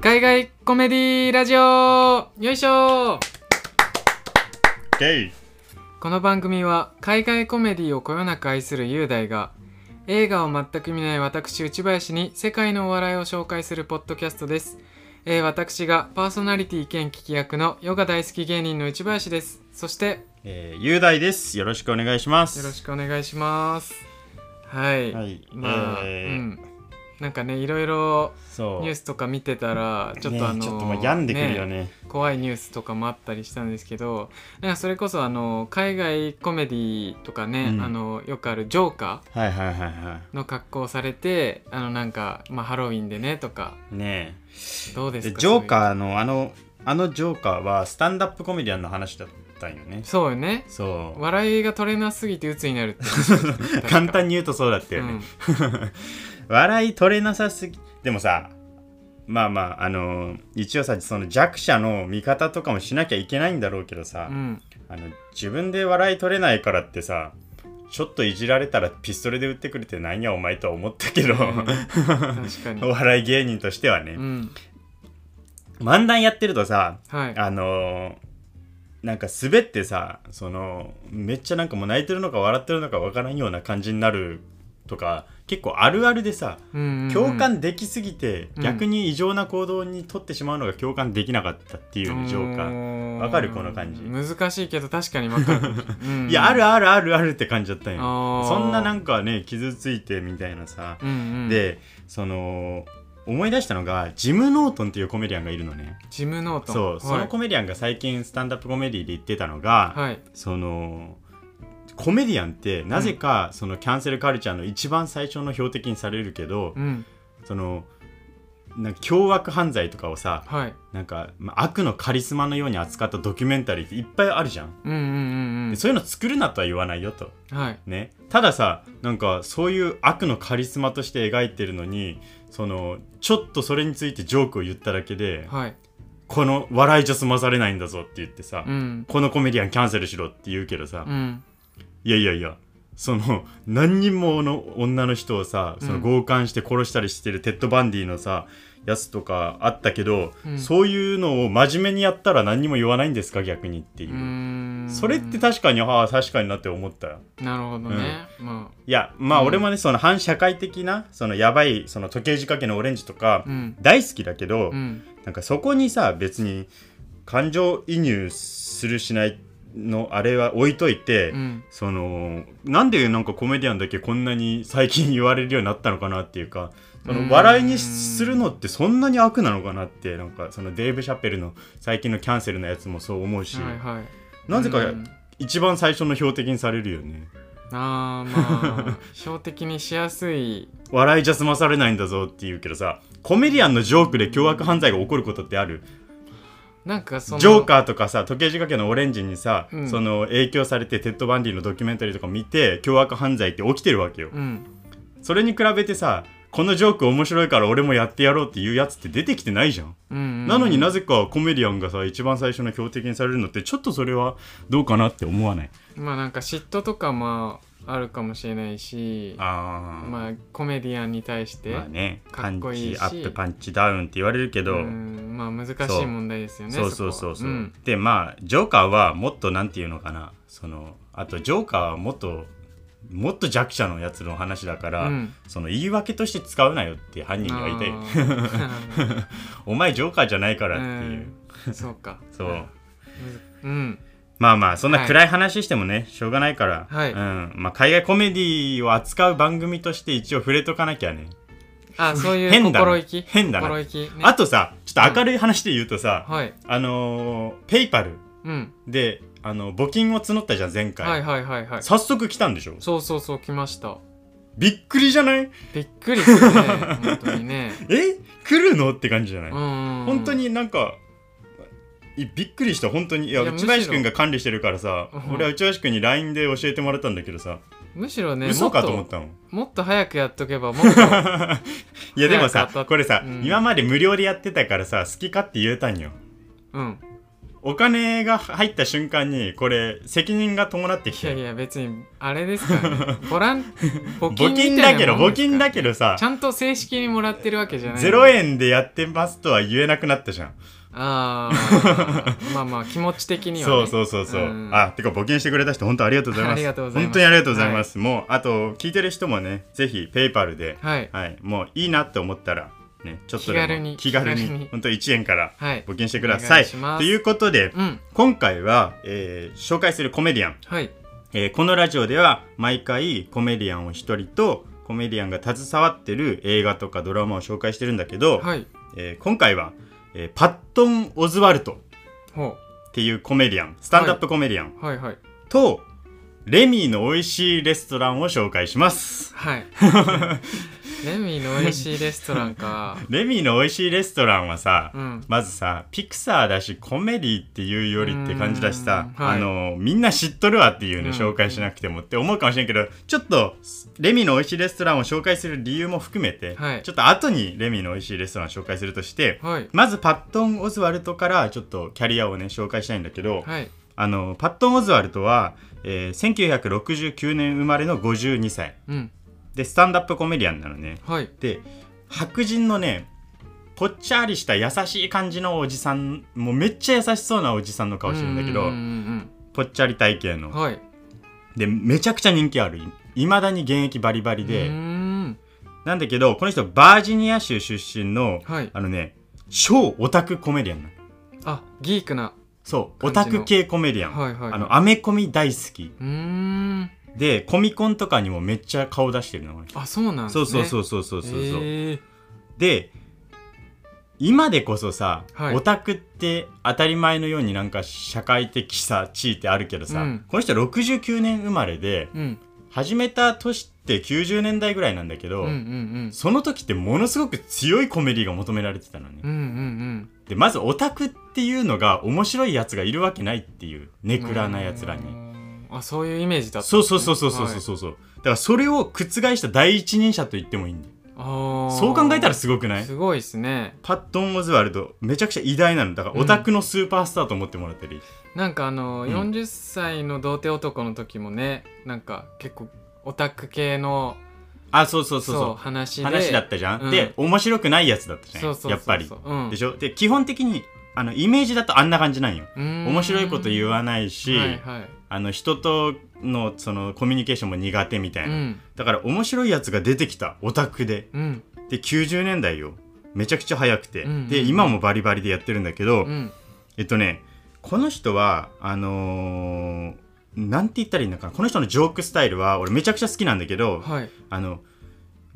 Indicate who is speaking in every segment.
Speaker 1: 海外コメディラジオよいしょ
Speaker 2: ゲイ
Speaker 1: この番組は海外コメディをこよなく愛する雄大が映画を全く見ない私内林に世界のお笑いを紹介するポッドキャストです、えー私がパーソナリティ兼聞き役のヨガ大好き芸人の内林ですそして
Speaker 2: えー、雄大です。よろしくお願いします。
Speaker 1: よろしくお願いしますはい、
Speaker 2: はい
Speaker 1: まあ、
Speaker 2: え
Speaker 1: う
Speaker 2: ー
Speaker 1: んなんかねいろいろ
Speaker 2: そう。
Speaker 1: ニュースとか見てたらちょっとあの、
Speaker 2: ねちょっともう病んでくるよね。
Speaker 1: 怖いニュースとかもあったりしたんですけどなんかそれこそあの海外コメディとかね、
Speaker 2: うん
Speaker 1: あのよくあるジョーカ
Speaker 2: はいはいはいは
Speaker 1: ーの格好をされてあのなんか、まあ、ハロウィンでねとか
Speaker 2: い。ね
Speaker 1: どう
Speaker 2: え。
Speaker 1: で
Speaker 2: です
Speaker 1: か
Speaker 2: ジョーカーのあのあのジョーカーはスタンダップコメディアンの話だったんよね。
Speaker 1: そういうそうよね
Speaker 2: そう。
Speaker 1: 笑いが取れなすぎて鬱になるって
Speaker 2: 簡単
Speaker 1: に
Speaker 2: に言うとそうだったよね。笑い取れなさすぎ。でもさ、まあまああのー一応さその弱者の味方とかもしなきゃいけないんだろうけどさ、
Speaker 1: うん、うん
Speaker 2: あの自分で笑い取れないからってさ。ちょっといじられたらピストルで撃ってくれてなんやお前とは思ったけど、
Speaker 1: うん確か
Speaker 2: お
Speaker 1: に、
Speaker 2: 笑い芸人としてはね、
Speaker 1: うん、
Speaker 2: 漫談やってるとさ
Speaker 1: はい
Speaker 2: あのーなんか滑ってさそのめっちゃなんかもう泣いてるのか笑ってるのかわからんような感じになるとか結構あるあるでさ
Speaker 1: うんうんうん
Speaker 2: 共感できすぎて、
Speaker 1: うん
Speaker 2: 逆に異常な行動に取ってしまうのが共感できなかったっていうよねジョーカー。
Speaker 1: ー
Speaker 2: わかるこの感じ
Speaker 1: 難しいけど確かにわかる、うん
Speaker 2: いやあるあるあるあるって感じだったんよ
Speaker 1: あー
Speaker 2: そんななんかね傷ついてみたいなさ、
Speaker 1: うんうん、
Speaker 2: でその思い出したのがジム・ノートンっていうコメディアンがいるのね、
Speaker 1: ジムノートン
Speaker 2: そう、
Speaker 1: はい、
Speaker 2: そのコメディアンが最近スタンダップコメディで言ってたのが、
Speaker 1: はい
Speaker 2: そのコメディアンってなぜかそのキャンセルカルチャーの一番最初の標的にされるけど、
Speaker 1: うん
Speaker 2: そのなんか凶悪犯罪とかをさ
Speaker 1: はい
Speaker 2: なんか、まあ悪のカリスマのように扱ったドキュメンタリーっていっぱいあるじゃん、
Speaker 1: うんうんうん
Speaker 2: でそういうの作るなとは言わないよと
Speaker 1: うんはい
Speaker 2: ねたださなんかそういう悪のカリスマとして描いてるのにそのちょっとそれについてジョークを言っただけで、
Speaker 1: はい
Speaker 2: この笑いじゃ済まされないんだぞって言ってさ、
Speaker 1: うん
Speaker 2: このコメディアンキャンセルしろって言うけどさ、
Speaker 1: うん
Speaker 2: いやいやいやその何人もの女の人をさその強姦して殺したりしてるテッド・バンディのさやつとかあったけど、
Speaker 1: うん
Speaker 2: そういうのを真面目にやったら何にも言わないんですか逆にっていうう、
Speaker 1: ーん
Speaker 2: それって確かにああ確かになって思ったよ
Speaker 1: なるほどね、ま
Speaker 2: いやまあ
Speaker 1: うん
Speaker 2: 俺もね、その反社会的なそのやばいその時計仕掛けのオレンジと
Speaker 1: あ
Speaker 2: か
Speaker 1: うん
Speaker 2: 大好きだけど、
Speaker 1: うん
Speaker 2: なんかそこにさ別に感情移入するしないのあれは置いといて、
Speaker 1: うん
Speaker 2: そのなんでなんかコメディアンだけこんなに最近言われるようになったのかなっていうかそう
Speaker 1: ーん
Speaker 2: の笑いにするのってそんなに悪なのかなってなんかそのデーブ・シャペルの最近のキャンセルのやつもそう思うし、
Speaker 1: はいはい
Speaker 2: なぜか
Speaker 1: うん
Speaker 2: 一番最初の標的にされるよね
Speaker 1: あーまあ 標的にしやすい
Speaker 2: 笑いじゃ済まされないんだぞって言うけどさコメディアンのジョークで凶悪犯罪が起こることってある
Speaker 1: なんかその
Speaker 2: ジョーカーとかさ時計仕掛けのオレンジにさ、
Speaker 1: うん
Speaker 2: その影響されてテッド・バンディのドキュメンタリーとか見て凶悪犯罪って起きてるわけよ、
Speaker 1: うん
Speaker 2: それに比べてさこのジョーク面白いから俺もやってやろうっていうやつって出てきてないじゃん、
Speaker 1: うんうん
Speaker 2: なのになぜかコメディアンがさ一番最初の標的にされるのってちょっとそれはどうかなって思わない
Speaker 1: まあなんか嫉妬とかまああるかもしれないし
Speaker 2: あー
Speaker 1: まあコメディアンに対して、
Speaker 2: まあね
Speaker 1: かっこいいし
Speaker 2: パンチアップパンチダウンって言われるけど、
Speaker 1: うんまあ難しい
Speaker 2: そう
Speaker 1: 問題ですよね
Speaker 2: そうそうそうそ
Speaker 1: こは
Speaker 2: う、
Speaker 1: ん
Speaker 2: でまあジョーカーはもっとなんていうのかなそのあとジョーカーはもっともっと弱者のやつの話だから、
Speaker 1: うん
Speaker 2: その言い訳として使うなよって犯人には言いたいよお前ジョーカーじゃないからっていう、
Speaker 1: うんそうか
Speaker 2: そう
Speaker 1: うん
Speaker 2: まあまあそんな暗い話してもね、しょうがないから、
Speaker 1: はい
Speaker 2: うんまあ、海外コメディを扱う番組として一応触れとかなきゃね
Speaker 1: あそういう
Speaker 2: 変だな
Speaker 1: 心意気
Speaker 2: 変だな
Speaker 1: 心意気、ね、
Speaker 2: あとさちょっと明るい話で言うとさ、
Speaker 1: はい
Speaker 2: あのーペイパル
Speaker 1: うん
Speaker 2: であの募金を募ったじゃん前回、
Speaker 1: はいはいはいはい
Speaker 2: 早速来たんでしょ
Speaker 1: そうそうそう来ました
Speaker 2: びっくりじゃない
Speaker 1: びっくりするね本当に ね
Speaker 2: え来るのって感じじゃない、
Speaker 1: うんうんうん
Speaker 2: 本当になんかいびっくりした本当にいや
Speaker 1: いやむし
Speaker 2: 内
Speaker 1: ろ
Speaker 2: 林君が管理してるからさ、
Speaker 1: うん
Speaker 2: 俺は内林君に LINE で教えてもらったんだけどさ、
Speaker 1: むしろね
Speaker 2: 嘘かと思
Speaker 1: も
Speaker 2: っ
Speaker 1: っと
Speaker 2: たもん
Speaker 1: もっと早くやっとけばも っと
Speaker 2: いやで
Speaker 1: 早く当
Speaker 2: もさ
Speaker 1: たっ
Speaker 2: これさ、
Speaker 1: うん
Speaker 2: 今まで無料でやってたからさ好きかって言えたんよ
Speaker 1: うん
Speaker 2: お金が入った瞬間にこれ責任が伴ってき
Speaker 1: いやい
Speaker 2: て
Speaker 1: や別にあれですからねボ ラン募
Speaker 2: 募金
Speaker 1: みたい
Speaker 2: だけど
Speaker 1: なもん
Speaker 2: 募
Speaker 1: ですから
Speaker 2: 金だけどさ
Speaker 1: ちゃんと正式にもらってるわけじゃない
Speaker 2: 0円でやってますとは言えなくなったじゃん、
Speaker 1: ああ まあまあ気持ち的には、ね、
Speaker 2: そうそうそうそう、
Speaker 1: うん
Speaker 2: あてか募金してくれた人本当ありがとうございます
Speaker 1: ありがとうございます
Speaker 2: 本当にありがとうございます、もうあと聞いてる人もねぜひペイパルで、
Speaker 1: はい
Speaker 2: はい、もういいなって思ったらねちょっと
Speaker 1: 気
Speaker 2: でも
Speaker 1: 軽に
Speaker 2: 気軽に
Speaker 1: 気軽に
Speaker 2: 本当1円から
Speaker 1: はい
Speaker 2: 募金してください
Speaker 1: お願いします
Speaker 2: ということで、
Speaker 1: うん
Speaker 2: 今回は、えー紹介するコメディアン、
Speaker 1: はい
Speaker 2: えーこのラジオでは毎回コメディアンを一人とコメディアンが携わってる映画とかドラマを紹介してるんだけど、
Speaker 1: はい
Speaker 2: えー今回は、えーパットン・オズワルト
Speaker 1: ほ
Speaker 2: っていうコメディアンスタンダップコメディアン
Speaker 1: うはいはい
Speaker 2: と、レミーの美味しいレストランを紹介します
Speaker 1: はい レミの美味しいレストラン か
Speaker 2: レミーの美味しいレストランはさ、
Speaker 1: うん
Speaker 2: まずさピクサーだしコメディっていうよりって感じだしさ、
Speaker 1: うんはい
Speaker 2: あのみんな知っとるわっていうね
Speaker 1: うん
Speaker 2: 紹介しなくてもって思うかもしれんけどちょっとレミの美味しいレストランを紹介する理由も含めて、
Speaker 1: はい
Speaker 2: ちょっと後にレミの美味しいレストランを紹介するとして
Speaker 1: はい
Speaker 2: まずパットン・オズワルトからちょっとキャリアをね紹介したいんだけど、
Speaker 1: はい
Speaker 2: あのパットン・オズワルトは、えー1969年生まれの52歳
Speaker 1: うん
Speaker 2: でスタンダップコメディアンなのね
Speaker 1: はい
Speaker 2: で白人のねぽっちゃりした優しい感じのおじさんもうめっちゃ優しそうなおじさんの顔してるんだけ
Speaker 1: う
Speaker 2: ど
Speaker 1: んうん
Speaker 2: ぽっちゃり体型
Speaker 1: うん
Speaker 2: の
Speaker 1: はい
Speaker 2: でめちゃくちゃ人気あるいまだに現役バリバリ
Speaker 1: うー
Speaker 2: で
Speaker 1: ん
Speaker 2: なんだけどこの人バージニア州出身の
Speaker 1: はい
Speaker 2: あのね超オタクコメディアンなの
Speaker 1: あギークな
Speaker 2: そう
Speaker 1: 感
Speaker 2: オタ
Speaker 1: じの
Speaker 2: ク系コメディアン
Speaker 1: はいはい
Speaker 2: あのアメコミ大好き
Speaker 1: うーん
Speaker 2: でコミコンとかにもめっちゃ顔出してるのこの人
Speaker 1: あそうなんです
Speaker 2: そ
Speaker 1: ね
Speaker 2: うそうそううそうそうそうそう、
Speaker 1: えー
Speaker 2: で今でこそさ、
Speaker 1: はい
Speaker 2: オタクって当たり前のようになんか社会的さ地位ってあるけどさ、
Speaker 1: うん
Speaker 2: この人69年生まれで
Speaker 1: うん
Speaker 2: 始めた年って90年代ぐらいなんだけ
Speaker 1: うんう
Speaker 2: ど、
Speaker 1: んうん
Speaker 2: その時ってものすごく強いコメディが求められてたのね、
Speaker 1: うんうん
Speaker 2: でまずオタクっていうのが面白いやつがいるわけないっていうネクラなやつらに、
Speaker 1: にあそういうイメージだったん
Speaker 2: そう
Speaker 1: です
Speaker 2: そう
Speaker 1: ね
Speaker 2: そうそうそうそう
Speaker 1: はい
Speaker 2: そう、だからそれを覆した第一人者と言ってもいいんだよ
Speaker 1: あー
Speaker 2: そう考えたらすごくない
Speaker 1: すごいですね
Speaker 2: パッドン・オズワルドめちゃくちゃ偉大なのだから
Speaker 1: うん
Speaker 2: オタクのスーパースターと思ってもらったり、
Speaker 1: なんかあの、
Speaker 2: うん
Speaker 1: 40歳の童貞男の時もねなんか結構オタク系の
Speaker 2: あそうそうそう
Speaker 1: そ
Speaker 2: そう
Speaker 1: う話で
Speaker 2: 話だったじゃん、
Speaker 1: うん
Speaker 2: で面白くないやつだったじゃん
Speaker 1: そうそうそうそう
Speaker 2: やっぱり、
Speaker 1: うん、
Speaker 2: で
Speaker 1: ょ
Speaker 2: しょで基本的にあのイメージだとあんな感じなんよ面白いこと言わないし、
Speaker 1: はいはい
Speaker 2: あの人とのそのコミュニケーションも苦手みたいうな、
Speaker 1: ん
Speaker 2: だから面白いやつが出てきたオタクで
Speaker 1: うん
Speaker 2: で90年代よめちゃくちゃ早くて、
Speaker 1: うんうん
Speaker 2: で今もバリバリでやってるんだけ
Speaker 1: う
Speaker 2: ど、
Speaker 1: ん
Speaker 2: えっとね、この人は、あのーなんて言ったらいいのかな、この人のジョークスタイルは、俺めちゃくちゃ好きなんだけど、
Speaker 1: はい
Speaker 2: あの、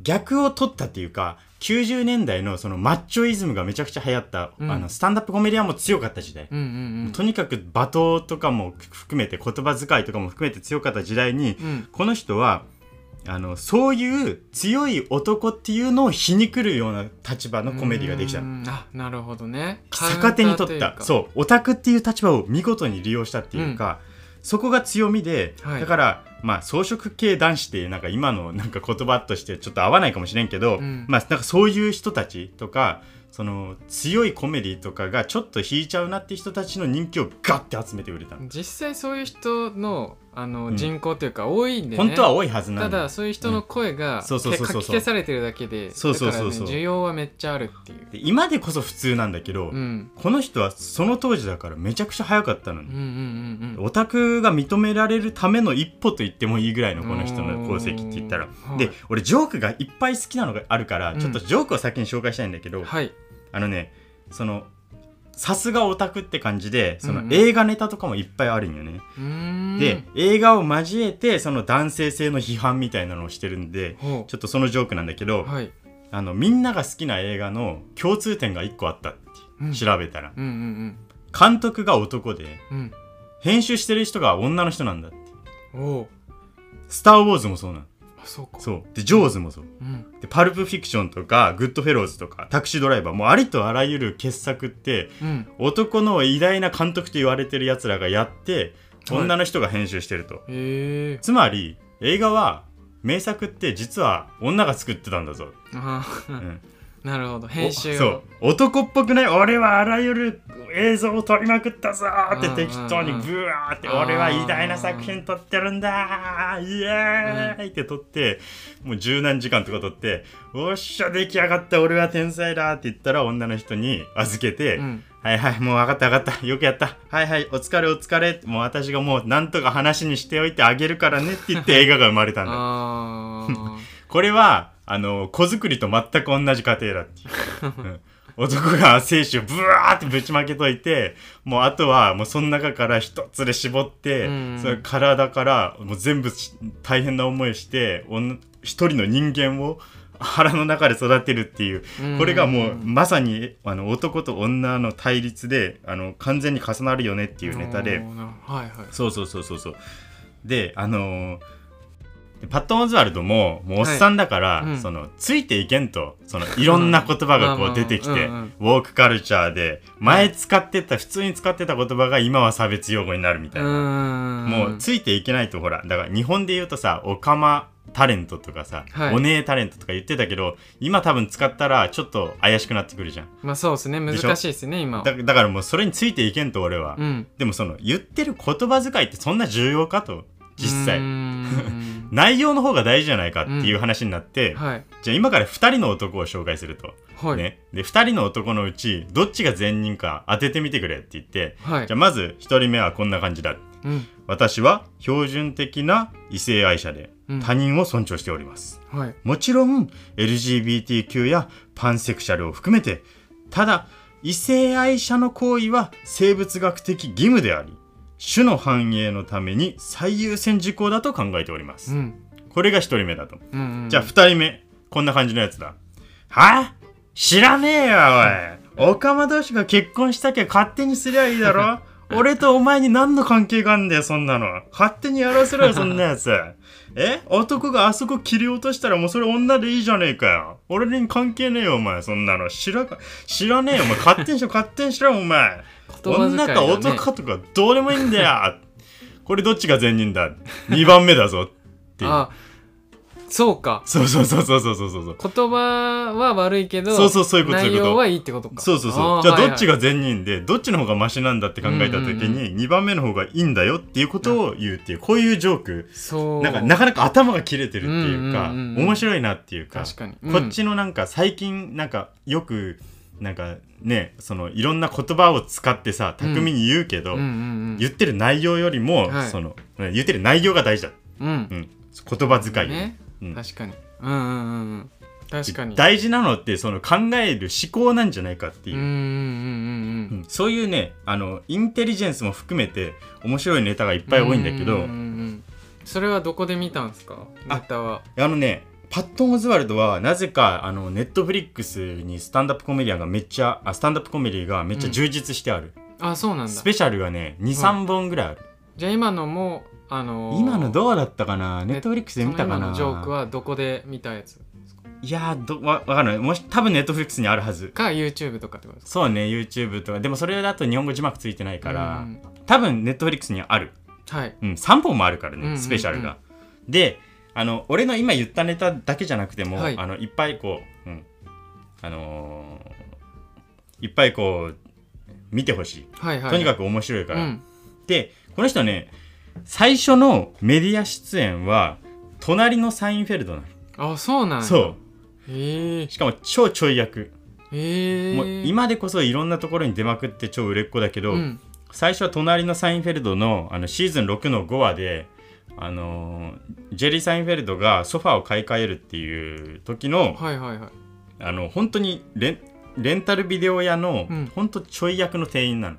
Speaker 2: 逆を取ったっていうか、90年代のそのマッチョイズムがめちゃくちゃ流行った、
Speaker 1: うん
Speaker 2: あの、スタンダップコメディアンも強かった時代。
Speaker 1: うんうん
Speaker 2: とにかく罵倒とかも含めて、言葉遣いとかも含めて強かった時代に、
Speaker 1: うんうん
Speaker 2: この人は、あの、そういう強い男っていうのを皮肉るような立場のコメディができたの。
Speaker 1: うんあなるほどね
Speaker 2: 逆手に取った
Speaker 1: う
Speaker 2: そうオタクっていう立場を見事に利用したっていうか、そこが強みで、
Speaker 1: はい
Speaker 2: だからまあ草食系男子ってなんか今のなんか言葉としてちょっと合わないかもしれんけど、
Speaker 1: うん
Speaker 2: まあなんかそういう人たちとかその強いコメディとかがちょっと引いちゃうなって人たちの人気をガッて集めて売れたの、
Speaker 1: 実際そういう人のあ
Speaker 2: う
Speaker 1: の
Speaker 2: ん
Speaker 1: 人口というか多いんで、ね
Speaker 2: 本当は多いはずな
Speaker 1: た
Speaker 2: んだ
Speaker 1: だそういう人の声が、
Speaker 2: んそうそうそうそうそう
Speaker 1: かき消されてるだけで
Speaker 2: そうそうそうそ
Speaker 1: だ
Speaker 2: う
Speaker 1: からね需要はめっちゃあるっていう、
Speaker 2: で今でこそ普通なんだけど、
Speaker 1: うん、
Speaker 2: この人はその当時だからめちゃくちゃ早かった
Speaker 1: う
Speaker 2: の
Speaker 1: ん
Speaker 2: に
Speaker 1: うんうんうん
Speaker 2: オタクが認められるための一歩と言ってもいいぐらいのこの人の功績って言ったら
Speaker 1: うん
Speaker 2: で
Speaker 1: はい
Speaker 2: 俺ジョークがいっぱい好きなのがあるから
Speaker 1: うん
Speaker 2: ちょっとジョークを先に紹介したいんだけど、
Speaker 1: はい
Speaker 2: あのねそのさすがオタクって感じでそ
Speaker 1: うん
Speaker 2: の
Speaker 1: うん
Speaker 2: 映画ネタとかもいっぱいあるんよね、
Speaker 1: うーん
Speaker 2: で映画を交えてその男性性の批判みたいなのをしてるんで
Speaker 1: ほう
Speaker 2: ちょっとそのジョークなんだけど、
Speaker 1: はい
Speaker 2: あのみんなが好きな映画の共通点が1個あったって
Speaker 1: うん
Speaker 2: 調べたら、
Speaker 1: うんうん
Speaker 2: 監督が男で
Speaker 1: うん
Speaker 2: 編集してる人が女の人なんだって
Speaker 1: うんおう
Speaker 2: 「スター・ウォーズ」もそうなの
Speaker 1: あそうか
Speaker 2: そうで「ジョーズ」もそう
Speaker 1: うん
Speaker 2: でパルプフィクションとかグッドフェローズとかタクシードライバーもうありとあらゆる傑作って
Speaker 1: うん
Speaker 2: 男の偉大な監督と言われてるやつらがやって
Speaker 1: はい
Speaker 2: 女の人が編集してると、
Speaker 1: へえ
Speaker 2: つまり映画は名作って実は女が作ってたんだぞ、
Speaker 1: あ
Speaker 2: う
Speaker 1: ー
Speaker 2: ん
Speaker 1: なるほど編集を
Speaker 2: そう男っぽくない俺はあらゆる映像を撮りまくったぞーって
Speaker 1: うんうんうん
Speaker 2: 適当にブワーって俺は偉大な作品撮ってるんだーイエーイって撮ってもう十何時間とか撮っておっしゃ出来上がった俺は天才だーって言ったら女の人に預けて、
Speaker 1: うん
Speaker 2: はいはいもう分かった分かったよくやったはいはいお疲れお疲れもう私がもうなんとか話にしておいてあげるからねって言って映画が生まれたんだ
Speaker 1: あー
Speaker 2: これはあの子作りと全く同じ過程だっ ていう、うん男が精子をブワーってぶちまけといてもうあとはもうその中から一つで絞って、
Speaker 1: うん
Speaker 2: その体からもう全部し大変な思いして女一人の人間を腹の中で育てるっていう
Speaker 1: うん
Speaker 2: これがもうまさにあの男と女の対立であの完全に重なるよねっていうネタで。
Speaker 1: おーなるほどはいはい
Speaker 2: そうそうそうそうそうであのーパットン・オズワルドももうおっさんだから、
Speaker 1: はいうん
Speaker 2: そのついていけんとそのいろんな言葉が
Speaker 1: うん
Speaker 2: こう出てきて
Speaker 1: うんうんうん
Speaker 2: ウォークカルチャーで前使ってた普通に使ってた言葉が今は差別用語になるみたいな、も
Speaker 1: も
Speaker 2: うついていけないとほらだから日本で言うとさオカマタレントとかさ、
Speaker 1: はい
Speaker 2: お姉タレントとか言ってたけど今多分使ったらちょっと怪しくなってくるじゃん
Speaker 1: まあそうですね難
Speaker 2: でしょ
Speaker 1: しいですね今は
Speaker 2: だだからもうそれについていけんと俺は、
Speaker 1: うん
Speaker 2: でもその言ってる言葉遣いってそんな重要かと実
Speaker 1: うー
Speaker 2: 際
Speaker 1: ん
Speaker 2: 内容の方が大事じゃないかっていう話になって、
Speaker 1: はい
Speaker 2: じゃあ今から2人の男を紹介すると、
Speaker 1: はい、
Speaker 2: ね、で2人の男のうちどっちが善人か当ててみてくれって言って、
Speaker 1: はい
Speaker 2: じゃあまず1人目はこんな感じだ
Speaker 1: うん
Speaker 2: 私は標準的な異性愛者で
Speaker 1: うん
Speaker 2: 他人を尊重しております、
Speaker 1: はい
Speaker 2: もちろん LGBTQ やパンセクシャルを含めてただ異性愛者の行為は生物学的義務であり種の繁栄のために最優先事項だと考えておりま
Speaker 1: う
Speaker 2: す、
Speaker 1: ん
Speaker 2: これが1人目だと、
Speaker 1: うんうん
Speaker 2: じゃあ2人目こんな感じのやつだは知らねえよおいオカマ同士が結婚したきゃ勝手にすりゃいいだ ろ俺とお前に何の関係があんだよそんなの勝手にやらせろよそんなやつえ男があそこ切り落としたらもうそれ女でいいじゃねえかよ俺に関係ねえよお前そんなの知らか知らねえよお前勝手にしろ勝手にしろお前
Speaker 1: 言葉遣いが
Speaker 2: 女
Speaker 1: ね
Speaker 2: か男かとかどうでもいいんだよこれどっちが善人だ2番目だぞっていう
Speaker 1: あそうか
Speaker 2: そうそうそうそうそうそうそう
Speaker 1: 言葉は悪いけど
Speaker 2: そうそうそういうことそういう
Speaker 1: 内
Speaker 2: こと
Speaker 1: 容はいいってことか
Speaker 2: そうそう
Speaker 1: あ
Speaker 2: そ
Speaker 1: ー
Speaker 2: うじゃあ
Speaker 1: はいはい
Speaker 2: どっちが善人でどっちの方がマシなんだって考えた時
Speaker 1: うんうん
Speaker 2: に2番目の方がいいんだよっていうことを言うっていうこういうジョーク
Speaker 1: そう
Speaker 2: なんかなかなか頭が切れてるっていうか
Speaker 1: うんうんうんうん
Speaker 2: 面白いなっていうか
Speaker 1: 確かに
Speaker 2: こっちのなんか最近なんかよくなんかねそのいろんな言葉を使ってさ巧みに言うけ
Speaker 1: う
Speaker 2: ど
Speaker 1: んうんうん
Speaker 2: 言ってる内容よりも
Speaker 1: はい
Speaker 2: その言ってる内容が大事だ
Speaker 1: うん
Speaker 2: うん言葉遣いより
Speaker 1: ね
Speaker 2: うん
Speaker 1: 確かにうんうんうんうん確かに
Speaker 2: 大事なのってその考える思考なんじゃないかっていううん
Speaker 1: うんうんう
Speaker 2: うんんそういうねあのインテリジェンスも含めて面白いネタがいっぱい多いんだけ
Speaker 1: うう
Speaker 2: ど
Speaker 1: んうんそれはどこで見たんですか
Speaker 2: あ
Speaker 1: ネタは
Speaker 2: あのねパットン・オズワルドはなぜかあのネットフリックスにスタンダップコメディアンがめっちゃあスタンダップコメディがめっちゃ充実してある、
Speaker 1: あそうなんだ
Speaker 2: スペシャルがね23本ぐらいある、
Speaker 1: じゃあ今のもあのー
Speaker 2: 今のどうだったかなネ
Speaker 1: ね
Speaker 2: ットフリックスで見た
Speaker 1: そ
Speaker 2: か
Speaker 1: の今
Speaker 2: な
Speaker 1: のジョークはどこで見たやつ
Speaker 2: いやーどわわかんないもし多分ネットフリックスにあるはず
Speaker 1: か YouTube とかってことです
Speaker 2: そうね YouTube とかでもそれだと日本語字幕ついてない
Speaker 1: か
Speaker 2: から、
Speaker 1: うん
Speaker 2: 多分ネットフリックスにある
Speaker 1: はい
Speaker 2: うん、3本もあるから
Speaker 1: うんうんうん
Speaker 2: ねスペシャルが。であの俺の今言ったネタだけじゃなくても、
Speaker 1: はい
Speaker 2: い、あのいっぱいこう、うんあのーいっぱいこう見てほしい
Speaker 1: はいはい
Speaker 2: とにか
Speaker 1: く
Speaker 2: く面白いか
Speaker 1: う
Speaker 2: ら。
Speaker 1: ん
Speaker 2: でこの人ね最初のメディア出演は隣のサインフェルドなの、
Speaker 1: あそうなんや
Speaker 2: そ
Speaker 1: へえ
Speaker 2: うしかも超ちょい役、
Speaker 1: へえ
Speaker 2: もう今でこそいろんなところに出まくって超売れっ子だけど、
Speaker 1: うん
Speaker 2: 最初は隣のサインフェルドのあのシーズン6の5話で、あのージェリー・サインフェルドがソファーを買い替えるっていう時の
Speaker 1: はいはいはい
Speaker 2: あの本当にレンレンタルビデオ屋の、
Speaker 1: うん
Speaker 2: 本当ちょい役の店員なの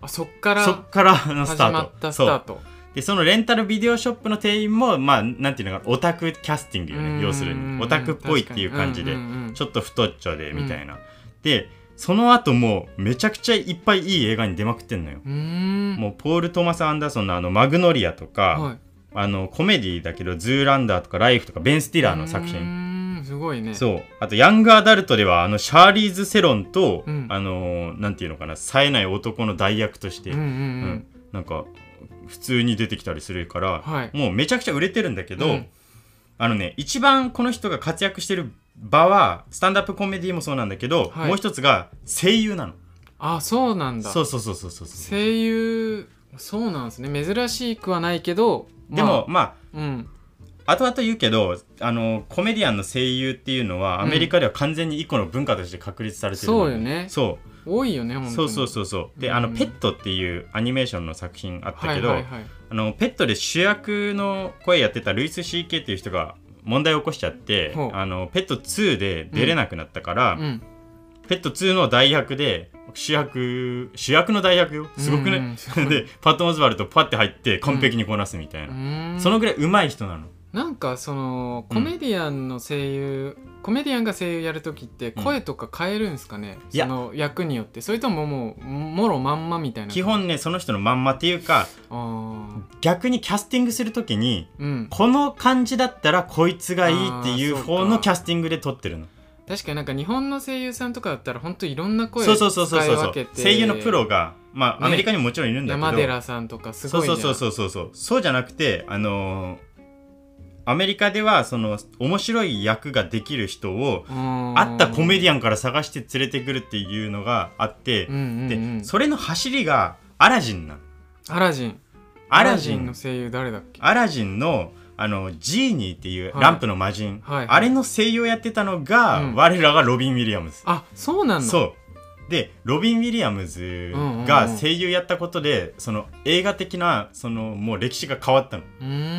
Speaker 1: あそっから
Speaker 2: そっからのス
Speaker 1: 始
Speaker 2: タート
Speaker 1: まったスター
Speaker 2: そう
Speaker 1: ト
Speaker 2: でそのレンタルビデオショップの店員もまあなんていうのかなオタクキャスティングよ
Speaker 1: うん
Speaker 2: ね要するにオタクっぽいっていう感じで、
Speaker 1: うんうんうん
Speaker 2: ちょっと太っちょでみたいな、でその後もうめちゃくちゃいっぱいいい映画に出まくってんのよ
Speaker 1: うーん
Speaker 2: もうポール・トーマス・アンダーソンのあのマグノリアとか、
Speaker 1: はい
Speaker 2: あのコメディだけどズーランダーとかライフとかベン・スティラーの作
Speaker 1: う
Speaker 2: 品
Speaker 1: ーんすごいね
Speaker 2: そうあとヤングアダルトではあのシャーリーズ・セロンと、
Speaker 1: うん
Speaker 2: あのーなんていうのかな冴えない男の代役として、
Speaker 1: うんうん
Speaker 2: う
Speaker 1: うん
Speaker 2: んなんか普通に出てきたりするから、
Speaker 1: はい
Speaker 2: もうめちゃくちゃ売れてるんだけど、
Speaker 1: うん
Speaker 2: あのね一番この人が活躍してる場はスタンダップコメディもそうなんだけど、
Speaker 1: はい
Speaker 2: もう一つが声優なの
Speaker 1: あそうなんだ
Speaker 2: そうそうそうそうそうそう
Speaker 1: 声優そうなんですね珍しくはないけど
Speaker 2: でも、、まあ
Speaker 1: まあうん
Speaker 2: 後々言うけどあのコメディアンの声優っていうのは
Speaker 1: うん
Speaker 2: アメリカでは完全に一個の文化として確立されてるの
Speaker 1: そうよね
Speaker 2: そ
Speaker 1: 多いよね本
Speaker 2: う
Speaker 1: 当に
Speaker 2: そうそう
Speaker 1: う
Speaker 2: そうそうで、
Speaker 1: うん
Speaker 2: あの「ペット」っていうアニメーションの作品あった
Speaker 1: は
Speaker 2: け
Speaker 1: い
Speaker 2: ど、
Speaker 1: はいはい
Speaker 2: あのペットで主役の声やってたルイス CK っていう人が問題を起こしちゃって
Speaker 1: ほう
Speaker 2: あのペット2で出れなくなったから、
Speaker 1: うん
Speaker 2: ペット2の代役で主役主役の代役よすごく ね、
Speaker 1: うん
Speaker 2: でパット・オズワルドパッて入って完璧にこなすみたいうな、
Speaker 1: ん
Speaker 2: そのぐらい上手い人なの
Speaker 1: なんかその
Speaker 2: うん
Speaker 1: コメディアンの声優、コメディアンが声優やる時って
Speaker 2: うん
Speaker 1: 声とか変えるんですかね、
Speaker 2: いや
Speaker 1: その役によってそれとももうもろまんまみたいな
Speaker 2: 基本ねその人のまんまっていうか
Speaker 1: あ
Speaker 2: 逆にキャスティングするときに
Speaker 1: ーうん
Speaker 2: この感じだったらこいつがいいっていう
Speaker 1: あー
Speaker 2: 方
Speaker 1: そう
Speaker 2: の
Speaker 1: か
Speaker 2: キャスティングで撮ってるの
Speaker 1: 確かになんか日本の声優さんとかだったら本当いろんな声
Speaker 2: そうそうそうそう
Speaker 1: 使い
Speaker 2: そ
Speaker 1: 分
Speaker 2: う
Speaker 1: けて
Speaker 2: 声優のプロがまあ、
Speaker 1: ね
Speaker 2: アメリカにももちろんいるんだけど
Speaker 1: 山寺さんとかす
Speaker 2: そ
Speaker 1: ご
Speaker 2: う
Speaker 1: い
Speaker 2: そうそうそうそうそうそうじゃなくてあのーアメリカではその面白い役ができる人を
Speaker 1: あ
Speaker 2: 会ったコメデ
Speaker 1: ィ
Speaker 2: ィアンから探して連れてくるっていうのがあって、
Speaker 1: うんうんうん
Speaker 2: でそれの走りがアラジンなの
Speaker 1: アラジン
Speaker 2: アラジン
Speaker 1: の声優誰だっけ
Speaker 2: アラジンのあのジーニーっていう
Speaker 1: はい
Speaker 2: ランプの魔人、
Speaker 1: はい
Speaker 2: あれの声優をやってたのが、
Speaker 1: うん
Speaker 2: 我らがロビン・ウィリアムズ
Speaker 1: あそうなんだ
Speaker 2: そうでロビン・ウィリアムズ
Speaker 1: うんうん
Speaker 2: が
Speaker 1: うん
Speaker 2: 声優やったことで、その映画的なそのもう歴史が変わったの
Speaker 1: うー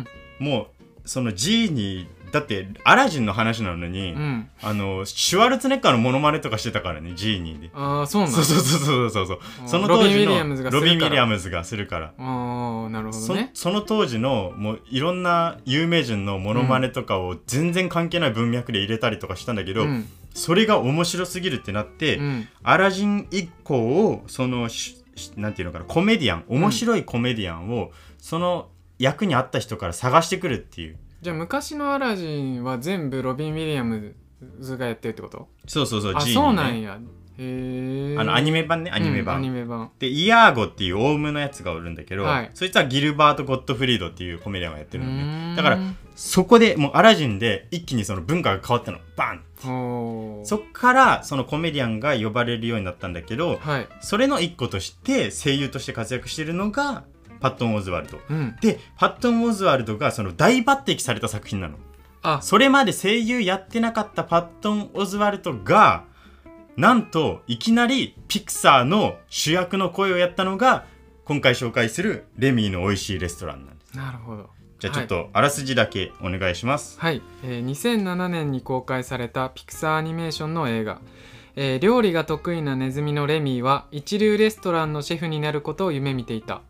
Speaker 1: ん
Speaker 2: もうそのジーニーだってアラジンの話なのに、
Speaker 1: うん
Speaker 2: あのシュワルツェネッカーのモノマネとかしてたからねジーニーで
Speaker 1: ああそうなん
Speaker 2: そう
Speaker 1: だ
Speaker 2: そうそうそうそ
Speaker 1: あ
Speaker 2: うそう
Speaker 1: ー
Speaker 2: その当
Speaker 1: ロビ
Speaker 2: 時
Speaker 1: ンウィリアムズ
Speaker 2: の
Speaker 1: がするから
Speaker 2: ロビン・ウィリアムズがするから
Speaker 1: ああなるほど
Speaker 2: そ
Speaker 1: ね
Speaker 2: その当時のもういろんな有名人のモノマネとかを全然関係ない文脈で入れたりとかしたんだけど、
Speaker 1: うん
Speaker 2: それが面白すぎるってなって、
Speaker 1: うん
Speaker 2: アラジン以降をそのししなんていうのかなコメディアン面白いコメディアンを、その役に合った人から探してくるっていう
Speaker 1: じゃあ昔のアラジンは全部ロビン・ウィリアムズがやってるってこと
Speaker 2: そうそうそう
Speaker 1: あ
Speaker 2: ジーニーね
Speaker 1: そうなんやへえ
Speaker 2: あのアニメ版ねアニメ版、
Speaker 1: アニメ版
Speaker 2: でイヤーゴっていうオウムのやつがおるんだけど、
Speaker 1: はい
Speaker 2: そいつはギルバート・ゴッドフリードっていうコメディアンがやってるの
Speaker 1: う
Speaker 2: ね
Speaker 1: ーん
Speaker 2: だからそこでもうアラジンで一気にその文化が変わったのバン
Speaker 1: おー
Speaker 2: そっからそのコメディアンが呼ばれるようになったんだけど
Speaker 1: はい
Speaker 2: それの一個として声優として活躍してるのがパットン・オズワルド
Speaker 1: うん
Speaker 2: でパットン・オズワルドがその大抜擢された作品なの
Speaker 1: あ
Speaker 2: それまで声優やってなかったパットン・オズワルドがなんといきなりピクサーの主役の声をやったのが今回紹介するレミーの美味しいレストランなんです
Speaker 1: なるほど
Speaker 2: じゃあちょっとあらすじだけお願いします、
Speaker 1: はい、えー2007年に公開されたピクサーアニメーションの映画、えー料理が得意なネズミのレミーは一流レストランのシェフになることを夢見ていた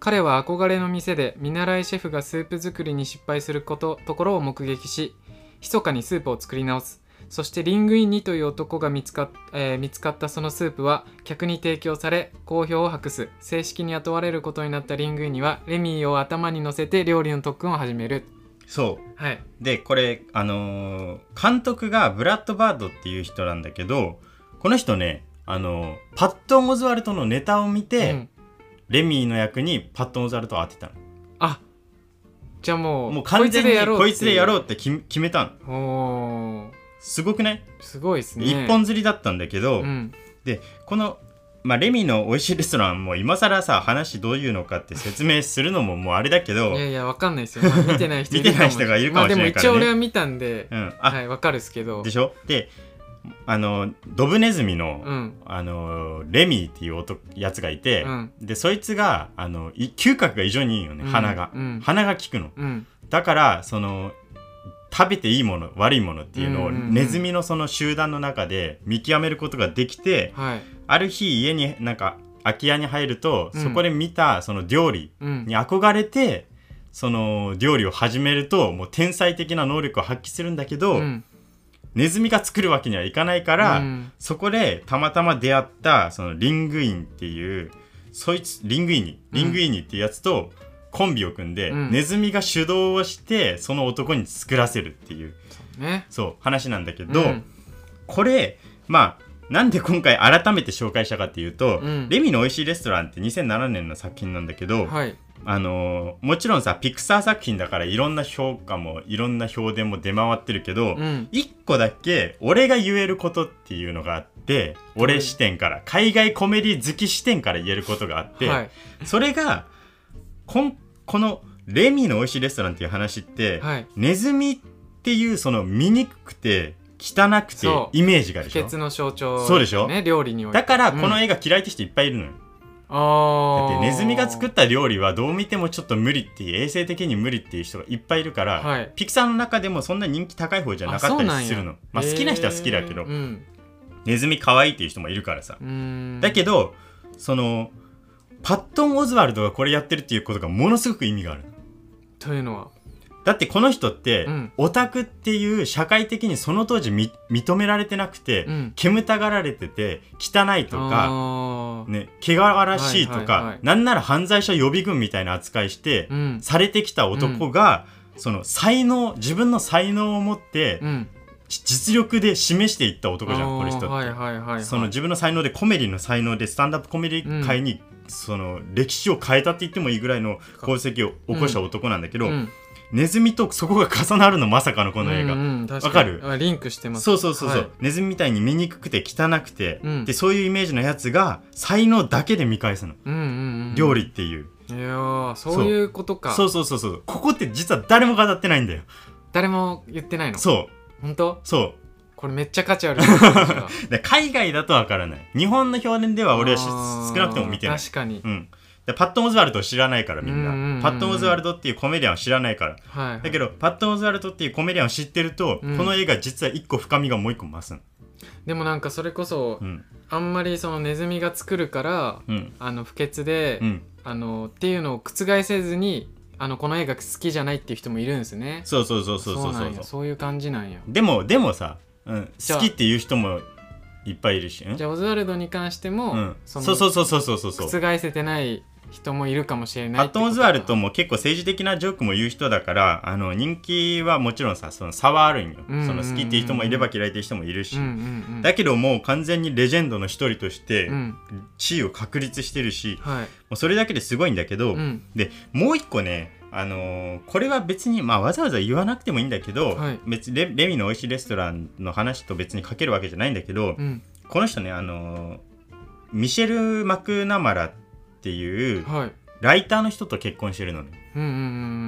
Speaker 1: 彼は憧れの店で見習いシェフがスープ作りに失敗することところを目撃し密かにスープを作り直すそしてリングインニという男が見つか,、えー見つかったそのスープは客に提供され好評を博す正式に雇われることになったリングインニはレミーを頭に乗せて料理の特訓を始める
Speaker 2: そう
Speaker 1: はい
Speaker 2: でこれあのー監督がブラッド・バードっていう人なんだけどこの人ねあのーパットン・オズワルドのネタを見て、
Speaker 1: うん
Speaker 2: レミーの役にパットン・オズワルドを当てた
Speaker 1: あじゃあも
Speaker 2: の
Speaker 1: う
Speaker 2: もう完全にこ
Speaker 1: こ
Speaker 2: い
Speaker 1: い
Speaker 2: つ
Speaker 1: つ
Speaker 2: で
Speaker 1: で
Speaker 2: や
Speaker 1: や
Speaker 2: ろ
Speaker 1: ろ
Speaker 2: う
Speaker 1: う
Speaker 2: って決決めたの
Speaker 1: っていうおー
Speaker 2: すごくね
Speaker 1: すごいですね
Speaker 2: 一本釣りだったんだけど、
Speaker 1: うん
Speaker 2: でこの、まあ、レミーの美味しいレストランも今更さ話どういうのかって説明するのももうあれだけど、
Speaker 1: いやいやわかんないですよ、まあ見てない人いるかも
Speaker 2: 見てない人がいるか
Speaker 1: ま
Speaker 2: もしれないからね
Speaker 1: あでも一応俺は見たんで
Speaker 2: う、ん、あ、
Speaker 1: はいわかるですけど
Speaker 2: でしょであのドブネズミの、
Speaker 1: うん
Speaker 2: あのレミーっていう男やつがいて、
Speaker 1: うん
Speaker 2: でそいつがあのい嗅覚が異常にいいよね
Speaker 1: うん
Speaker 2: 鼻が、
Speaker 1: うん
Speaker 2: 鼻が効くの
Speaker 1: うん
Speaker 2: だからその食べていいもの悪いものっていうのを、
Speaker 1: うんうんうん
Speaker 2: ネズミのその集団の中で見極めることができて
Speaker 1: はい
Speaker 2: ある日家になんか空き家に入ると、
Speaker 1: うん
Speaker 2: そこで見たその料理
Speaker 1: うん
Speaker 2: に憧れてその料理を始めるともう天才的な能力を発揮するんだけど、
Speaker 1: うん
Speaker 2: ネズミが作るわけにはいかないから、
Speaker 1: うん
Speaker 2: そこでたまたま出会ったそのリングインっていうそいつリングインに
Speaker 1: うん
Speaker 2: リングインにっていうやつとコンビを組んで、
Speaker 1: うん
Speaker 2: ネズミが主導をしてその男に作らせるっていう
Speaker 1: ね
Speaker 2: そう話なんだけど、
Speaker 1: うん
Speaker 2: これまあなんで今回改めて紹介したかっていうと、
Speaker 1: うん
Speaker 2: レミの美味しいレストランって2007年の作品なんだけど、
Speaker 1: はい
Speaker 2: あのーもちろんさピクサー作品だからいろんな評価もいろんな評伝も出回ってるけど、
Speaker 1: うん
Speaker 2: 一個だけ俺が言えることっていうのがあって俺視点から海外コメディ好き視点から言えることがあって、
Speaker 1: はい
Speaker 2: それがこんこの「レミの美味しいレストラン」っていう話って、
Speaker 1: はい
Speaker 2: ネズミっていうその醜くて汚くて
Speaker 1: そう
Speaker 2: イメージがある
Speaker 1: 不
Speaker 2: でしょ
Speaker 1: 潔の象徴、
Speaker 2: そうでしょ
Speaker 1: ね料理において
Speaker 2: だからこ
Speaker 1: うん
Speaker 2: の映画嫌いって人いっぱいいるのよ、
Speaker 1: あ
Speaker 2: だっ
Speaker 1: ー
Speaker 2: てネズミが作った料理はどう見てもちょっと無理っていう衛生的に無理っていう人がいっぱいいるから、
Speaker 1: はい
Speaker 2: ピクサーの中でもそんな人気高い方じゃなか
Speaker 1: あそう
Speaker 2: っ
Speaker 1: な
Speaker 2: た
Speaker 1: んや
Speaker 2: りするのまあ、好きな人は好きだけど、
Speaker 1: えーうん
Speaker 2: ネズミ可愛いっていう人もいるからさ、
Speaker 1: うーん
Speaker 2: だけどそのパットン・オズワルドがこれやってるっていうことがものすごく意味がある
Speaker 1: というのは
Speaker 2: だってこの人って、
Speaker 1: うん
Speaker 2: オタクっていう社会的にその当時み認められてなくて、
Speaker 1: うん
Speaker 2: 煙たがられてて汚いとか
Speaker 1: あー
Speaker 2: ね、汚らしいとか、
Speaker 1: はいはいはい
Speaker 2: なんなら犯罪者予備軍みたいな扱いして、
Speaker 1: うん
Speaker 2: されてきた男が、その才能自分の才能を持って、
Speaker 1: うん
Speaker 2: じ実力で示していった男じゃんこの人って、
Speaker 1: あーはいはいはいはい
Speaker 2: その自分の才能でコメディの才能でスタンダップコメディ界に、その歴史を変えたって言ってもいいぐらいの功績を起こした男なんだけど、
Speaker 1: うん
Speaker 2: ネズミとそこが重なるのまさかのこの映画。
Speaker 1: うんうん確に
Speaker 2: わかる
Speaker 1: あリンクしてます
Speaker 2: そうそうそうそう、
Speaker 1: はい
Speaker 2: ネズミみたいに醜くて汚くて、
Speaker 1: うん
Speaker 2: でそういうイメージのやつが才能だけで見返すの、
Speaker 1: うんうんうん
Speaker 2: 料理っていう
Speaker 1: いやーそういうことか
Speaker 2: そうそうそうそうここって実は誰も語ってないんだよ
Speaker 1: 誰も言ってないの
Speaker 2: そう
Speaker 1: 本当
Speaker 2: そ
Speaker 1: これめっちゃ価値あ る俺
Speaker 2: うで海外だとわからない日本の表現では俺はし少なくとも見てない、
Speaker 1: 確かに
Speaker 2: うん、でパットン・オズワルドを知らないからみんな
Speaker 1: うんうんうんうん
Speaker 2: パットン・オズワルドっていうコメディアンを知らないから
Speaker 1: はいはい
Speaker 2: だけどパットン・オズワルドっていうコメディアンを知ってると、
Speaker 1: うん
Speaker 2: この映画実は一個深みがもう一個増すの
Speaker 1: でもなんかそれこそ
Speaker 2: うん
Speaker 1: あんまりそのネズミが作るから
Speaker 2: うん
Speaker 1: あの不潔で
Speaker 2: うん
Speaker 1: あのっていうのを覆せずにあのこの映画好きじゃないっていう人もいるんですね
Speaker 2: そうそうそうそうそう
Speaker 1: な
Speaker 2: そ
Speaker 1: んや
Speaker 2: う
Speaker 1: そういう感じなんや
Speaker 2: でもでもさ、うん、
Speaker 1: じゃあ
Speaker 2: 好きっていう人もいっぱいいるしうん
Speaker 1: じゃあオズワルドに関しても、
Speaker 2: うん、
Speaker 1: そ
Speaker 2: そ
Speaker 1: の
Speaker 2: うそうそうそうそうそうそう
Speaker 1: 覆せてない人もいるかもしれない
Speaker 2: パットン・オズワル
Speaker 1: と
Speaker 2: ドも結構政治的なジョークも言う人だからあの人気はもちろんさその差はあるんよ、
Speaker 1: うんうんうん
Speaker 2: その好きっていう人もいれば嫌いっていう人もいるし、
Speaker 1: うんうんうん
Speaker 2: だけどもう完全にレジェンドの一人として
Speaker 1: うん
Speaker 2: 地位を確立してるし、も
Speaker 1: はいう
Speaker 2: それだけですごいんだけど、
Speaker 1: うん
Speaker 2: でもう一個ね、あのーこれは別に、まあ、わざわざ言わなくてもいいんだけど、
Speaker 1: はい
Speaker 2: 別にレレミの美味しいレストランの話と別にかけるわけじゃないんだけど、
Speaker 1: うん
Speaker 2: この人ね、あのーミシェル・マクナマラっていう
Speaker 1: はい
Speaker 2: ライターの人と結婚してるのね。
Speaker 1: うんうんうん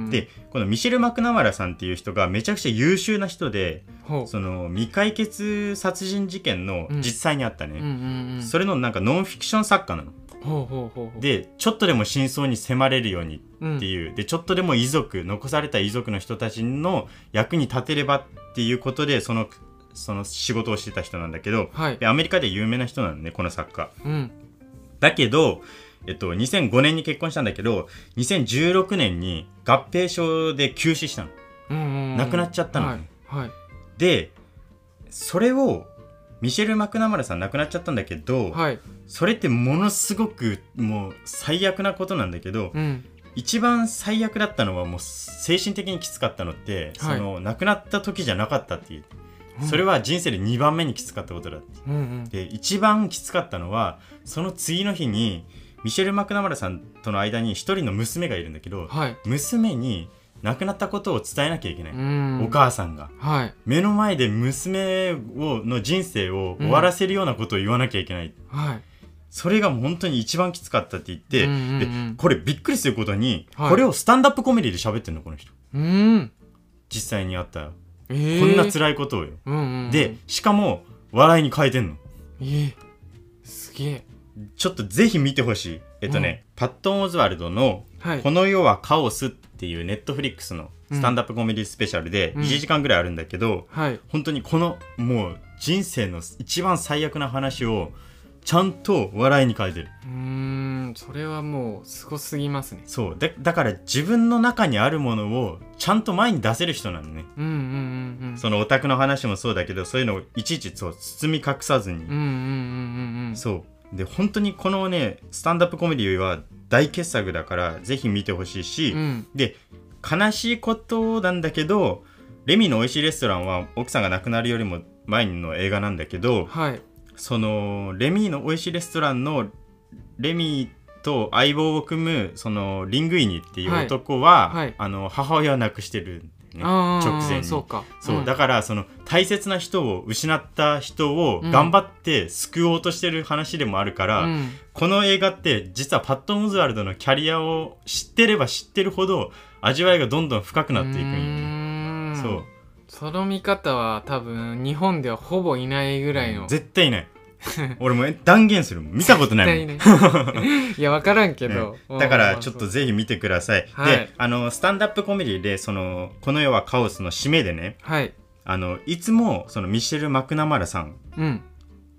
Speaker 1: うん
Speaker 2: でこのミシェル・マクナマラさんっていう人がめちゃくちゃ優秀な人で
Speaker 1: ほう
Speaker 2: その未解決殺人事件の
Speaker 1: うん
Speaker 2: 実際にあった
Speaker 1: うんう
Speaker 2: ね、
Speaker 1: んうん
Speaker 2: それのなんかノンフィクション作家なの。
Speaker 1: ほうほうほうほう
Speaker 2: でちょっとでも真相に迫れるように
Speaker 1: うん
Speaker 2: っていう、でちょっとでも遺族残された遺族の人たちの役に立てればっていうことでそのその仕事をしてた人なんだけど
Speaker 1: はい
Speaker 2: でアメリカで有名な人なのねこの作家。
Speaker 1: うん
Speaker 2: だけど、えっと、2005年に結婚したんだけど2016年に合併症で急死したの
Speaker 1: うんうんうん
Speaker 2: 亡くなっちゃったのね
Speaker 1: はいはい
Speaker 2: でそれをミシェル・マクナマラさん亡くなっちゃったんだけど、
Speaker 1: はい
Speaker 2: それってものすごくもう最悪なことなんだけど、
Speaker 1: うん
Speaker 2: 一番最悪だったのはもう精神的にきつかったのって、
Speaker 1: はい
Speaker 2: その亡くなった時じゃなかったっていう
Speaker 1: うん
Speaker 2: それは人生で2番目にきつかったことだって
Speaker 1: うんうん
Speaker 2: で一番きつかったのはその次の日にミシェル・マクナマラさんとの間に一人の娘がいるんだけど
Speaker 1: はい
Speaker 2: 娘に亡くなったことを伝えなきゃいけない、
Speaker 1: うん
Speaker 2: お母さんが
Speaker 1: はい
Speaker 2: 目の前で娘をの人生を終わらせるようなことを言わなきゃいけない、
Speaker 1: はい
Speaker 2: それがもう本当に一番きつかったって言って、
Speaker 1: うんうんうん
Speaker 2: でこれびっくりすることに、
Speaker 1: はい
Speaker 2: これをスタンダップコメディで喋ってんのこの人
Speaker 1: うん
Speaker 2: 実際にあった、
Speaker 1: えー
Speaker 2: こんな辛いことをよ、
Speaker 1: うんうんうん
Speaker 2: でしかも笑いに変えてんの
Speaker 1: えーすげえ
Speaker 2: ちょっとぜひ見てほしい。えっとね、パットン・オズワルドの
Speaker 1: はい
Speaker 2: 「この世はカオス」っていうネットフリックスのスタンダップコメディスペシャルで
Speaker 1: うん
Speaker 2: 1時間ぐらいあるんだけど、
Speaker 1: はい
Speaker 2: 本当にこのもう人生の一番最悪な話をちゃんと笑いに変えてる
Speaker 1: うーんそれはもうすごすぎますね
Speaker 2: そうだだから自分の中にあるものをちゃんと前に出せる人なのね
Speaker 1: うんうんうんうん
Speaker 2: そのオタクの話もそうだけどそういうのをいちいちそう包み隠さずに、
Speaker 1: うんうんうんうんうん
Speaker 2: そうで本当にこのねスタンダップコメディは大傑作だからぜひ見てほしいし、
Speaker 1: うん
Speaker 2: で悲しいことなんだけどレミの美味しいレストランは奥さんが亡くなるよりも前の映画なんだけど
Speaker 1: はい
Speaker 2: そのレミの美味しいレストランのレミと相棒を組むそのリングイニっていう男は、
Speaker 1: はいはい
Speaker 2: あの母親を亡くしてるんだよね、
Speaker 1: あー
Speaker 2: 直前に
Speaker 1: そうか
Speaker 2: そう、
Speaker 1: ん
Speaker 2: だからその大切な人を失った人を頑張って救おうとしてる話でもあるから、
Speaker 1: うん
Speaker 2: この映画って実はパット・オズワルドのキャリアを知ってれば知ってるほど味わいがどんどん深くなっていくんよ
Speaker 1: う
Speaker 2: ね。
Speaker 1: ーん
Speaker 2: そう
Speaker 1: その見方は多分日本ではほぼいないぐらいの
Speaker 2: 絶対いない俺もう断言するもん見たことないもん
Speaker 1: 絶対ね いや分からんけど、
Speaker 2: うんだからちょっと
Speaker 1: うん
Speaker 2: ぜひ見てください、
Speaker 1: はい
Speaker 2: であのスタンダップコメディでそのこの世はカオスの締めでね
Speaker 1: はい
Speaker 2: あのいつもそのミシェル・マクナマラさん
Speaker 1: うん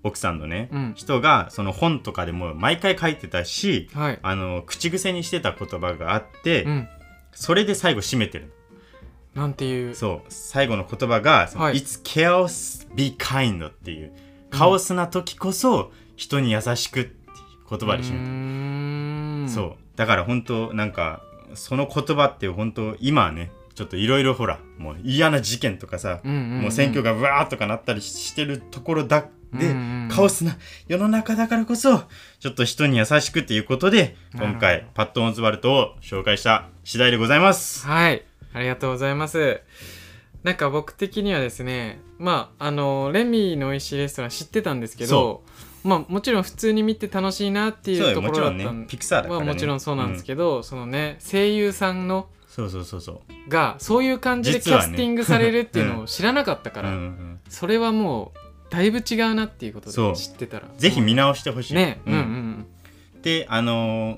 Speaker 2: 奥さんのね、
Speaker 1: うん
Speaker 2: 人がその本とかでも毎回書いてたし
Speaker 1: はい
Speaker 2: あの口癖にしてた言葉があって、
Speaker 1: うん
Speaker 2: それで最後締めてる
Speaker 1: なんていう
Speaker 2: そう最後の言葉が「
Speaker 1: はい
Speaker 2: It's chaos be kind」っていうカオスな時こそ人に優しくっていう言葉で締めてる、
Speaker 1: め
Speaker 2: そうだから本当なんかその言葉って本当今はねちょっといろいろほらもう嫌な事件とかさ、
Speaker 1: うんうんうん
Speaker 2: もう選挙がわーっとかなったりしてるところだで、
Speaker 1: うんうん
Speaker 2: カオスな世の中だからこそちょっと人に優しくっていうことで
Speaker 1: なるほど
Speaker 2: 今回パットン・オズワルトを紹介した次第でございます。
Speaker 1: はいありがとうございますなんか僕的にはですねまああのレミの美味しいレストラン知ってたんですけど
Speaker 2: そ
Speaker 1: まあもちろん普通に見て楽しいなって
Speaker 2: そう
Speaker 1: いうとこ
Speaker 2: よも
Speaker 1: ろ
Speaker 2: ち
Speaker 1: だ
Speaker 2: ろ
Speaker 1: った
Speaker 2: んね
Speaker 1: ん
Speaker 2: ピクサーだから、
Speaker 1: は
Speaker 2: ね、
Speaker 1: もちろんそうなんですけど、そのね声優さんの
Speaker 2: うんそうそうそうそう
Speaker 1: がそういう感じでキ
Speaker 2: 実は
Speaker 1: ャ
Speaker 2: ね
Speaker 1: スティングされるっていうのを知らなかったから、
Speaker 2: うんうん
Speaker 1: それはもうだいぶ違うなっていうこと
Speaker 2: そ
Speaker 1: で
Speaker 2: う
Speaker 1: 知ってたら
Speaker 2: ぜひ見直してほしい。
Speaker 1: ねうん
Speaker 2: う
Speaker 1: うんんうん
Speaker 2: であのー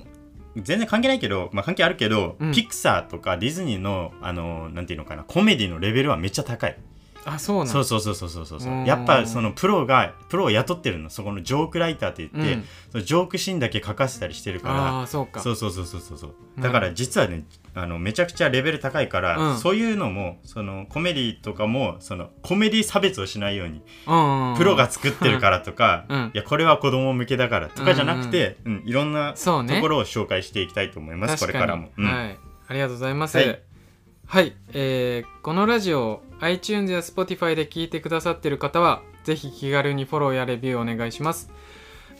Speaker 2: 全然関係ないけど、まあ、関係あるけど、
Speaker 1: うん
Speaker 2: ピクサーとかディズニーの、あのーなんていうのかなコメディのレベルはめっちゃ高い
Speaker 1: あそうなん
Speaker 2: そうそうそうそうそうそう
Speaker 1: うん
Speaker 2: やっぱそのプロがプロを雇ってるのそこのジョークライターって言って、
Speaker 1: うん
Speaker 2: そのジョークシーンだけ書かせたりしてる
Speaker 1: あ
Speaker 2: か
Speaker 1: あそう
Speaker 2: ら
Speaker 1: か
Speaker 2: そうそうそうそうそうそう
Speaker 1: うん
Speaker 2: だから実はねあのめちゃくちゃレベル高いから、
Speaker 1: うん
Speaker 2: そういうのもそのコメディとかもそのコメディ差別をしないように
Speaker 1: うんうん
Speaker 2: プロが作ってるからとか、
Speaker 1: うん
Speaker 2: いやこれは子供向けだからとかじゃなくて、うんいろんなと
Speaker 1: そうね
Speaker 2: ころを紹介していきたいと思います、これからも。うん
Speaker 1: はいありがとうございますは
Speaker 2: はいい、
Speaker 1: えーこのラジオを iTunes や Spotify で聞いてくださっている方はぜひ気軽にフォローやレビューお願いします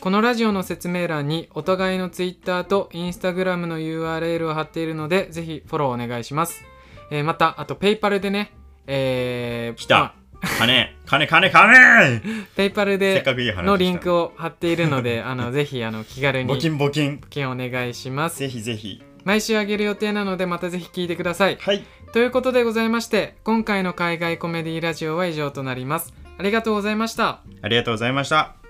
Speaker 1: このラジオの説明欄にお互いの Twitter と Instagram の URL を貼っているのでぜひフォローお願いします、えーまたあと PayPal でねえー、
Speaker 2: 来た金金金金
Speaker 1: ペイパル
Speaker 2: せっ
Speaker 1: で
Speaker 2: かくいい話した
Speaker 1: のリンクを貼っているの であのぜひあの気軽に
Speaker 2: 募金募金
Speaker 1: 募金お願いします
Speaker 2: ぜひぜひ
Speaker 1: 毎週あげる予定なのでまたぜひ聞いてください
Speaker 2: はい
Speaker 1: ということでございまして今回の海外コメディラジオは以上となりますありがとうございました
Speaker 2: ありがとうございました。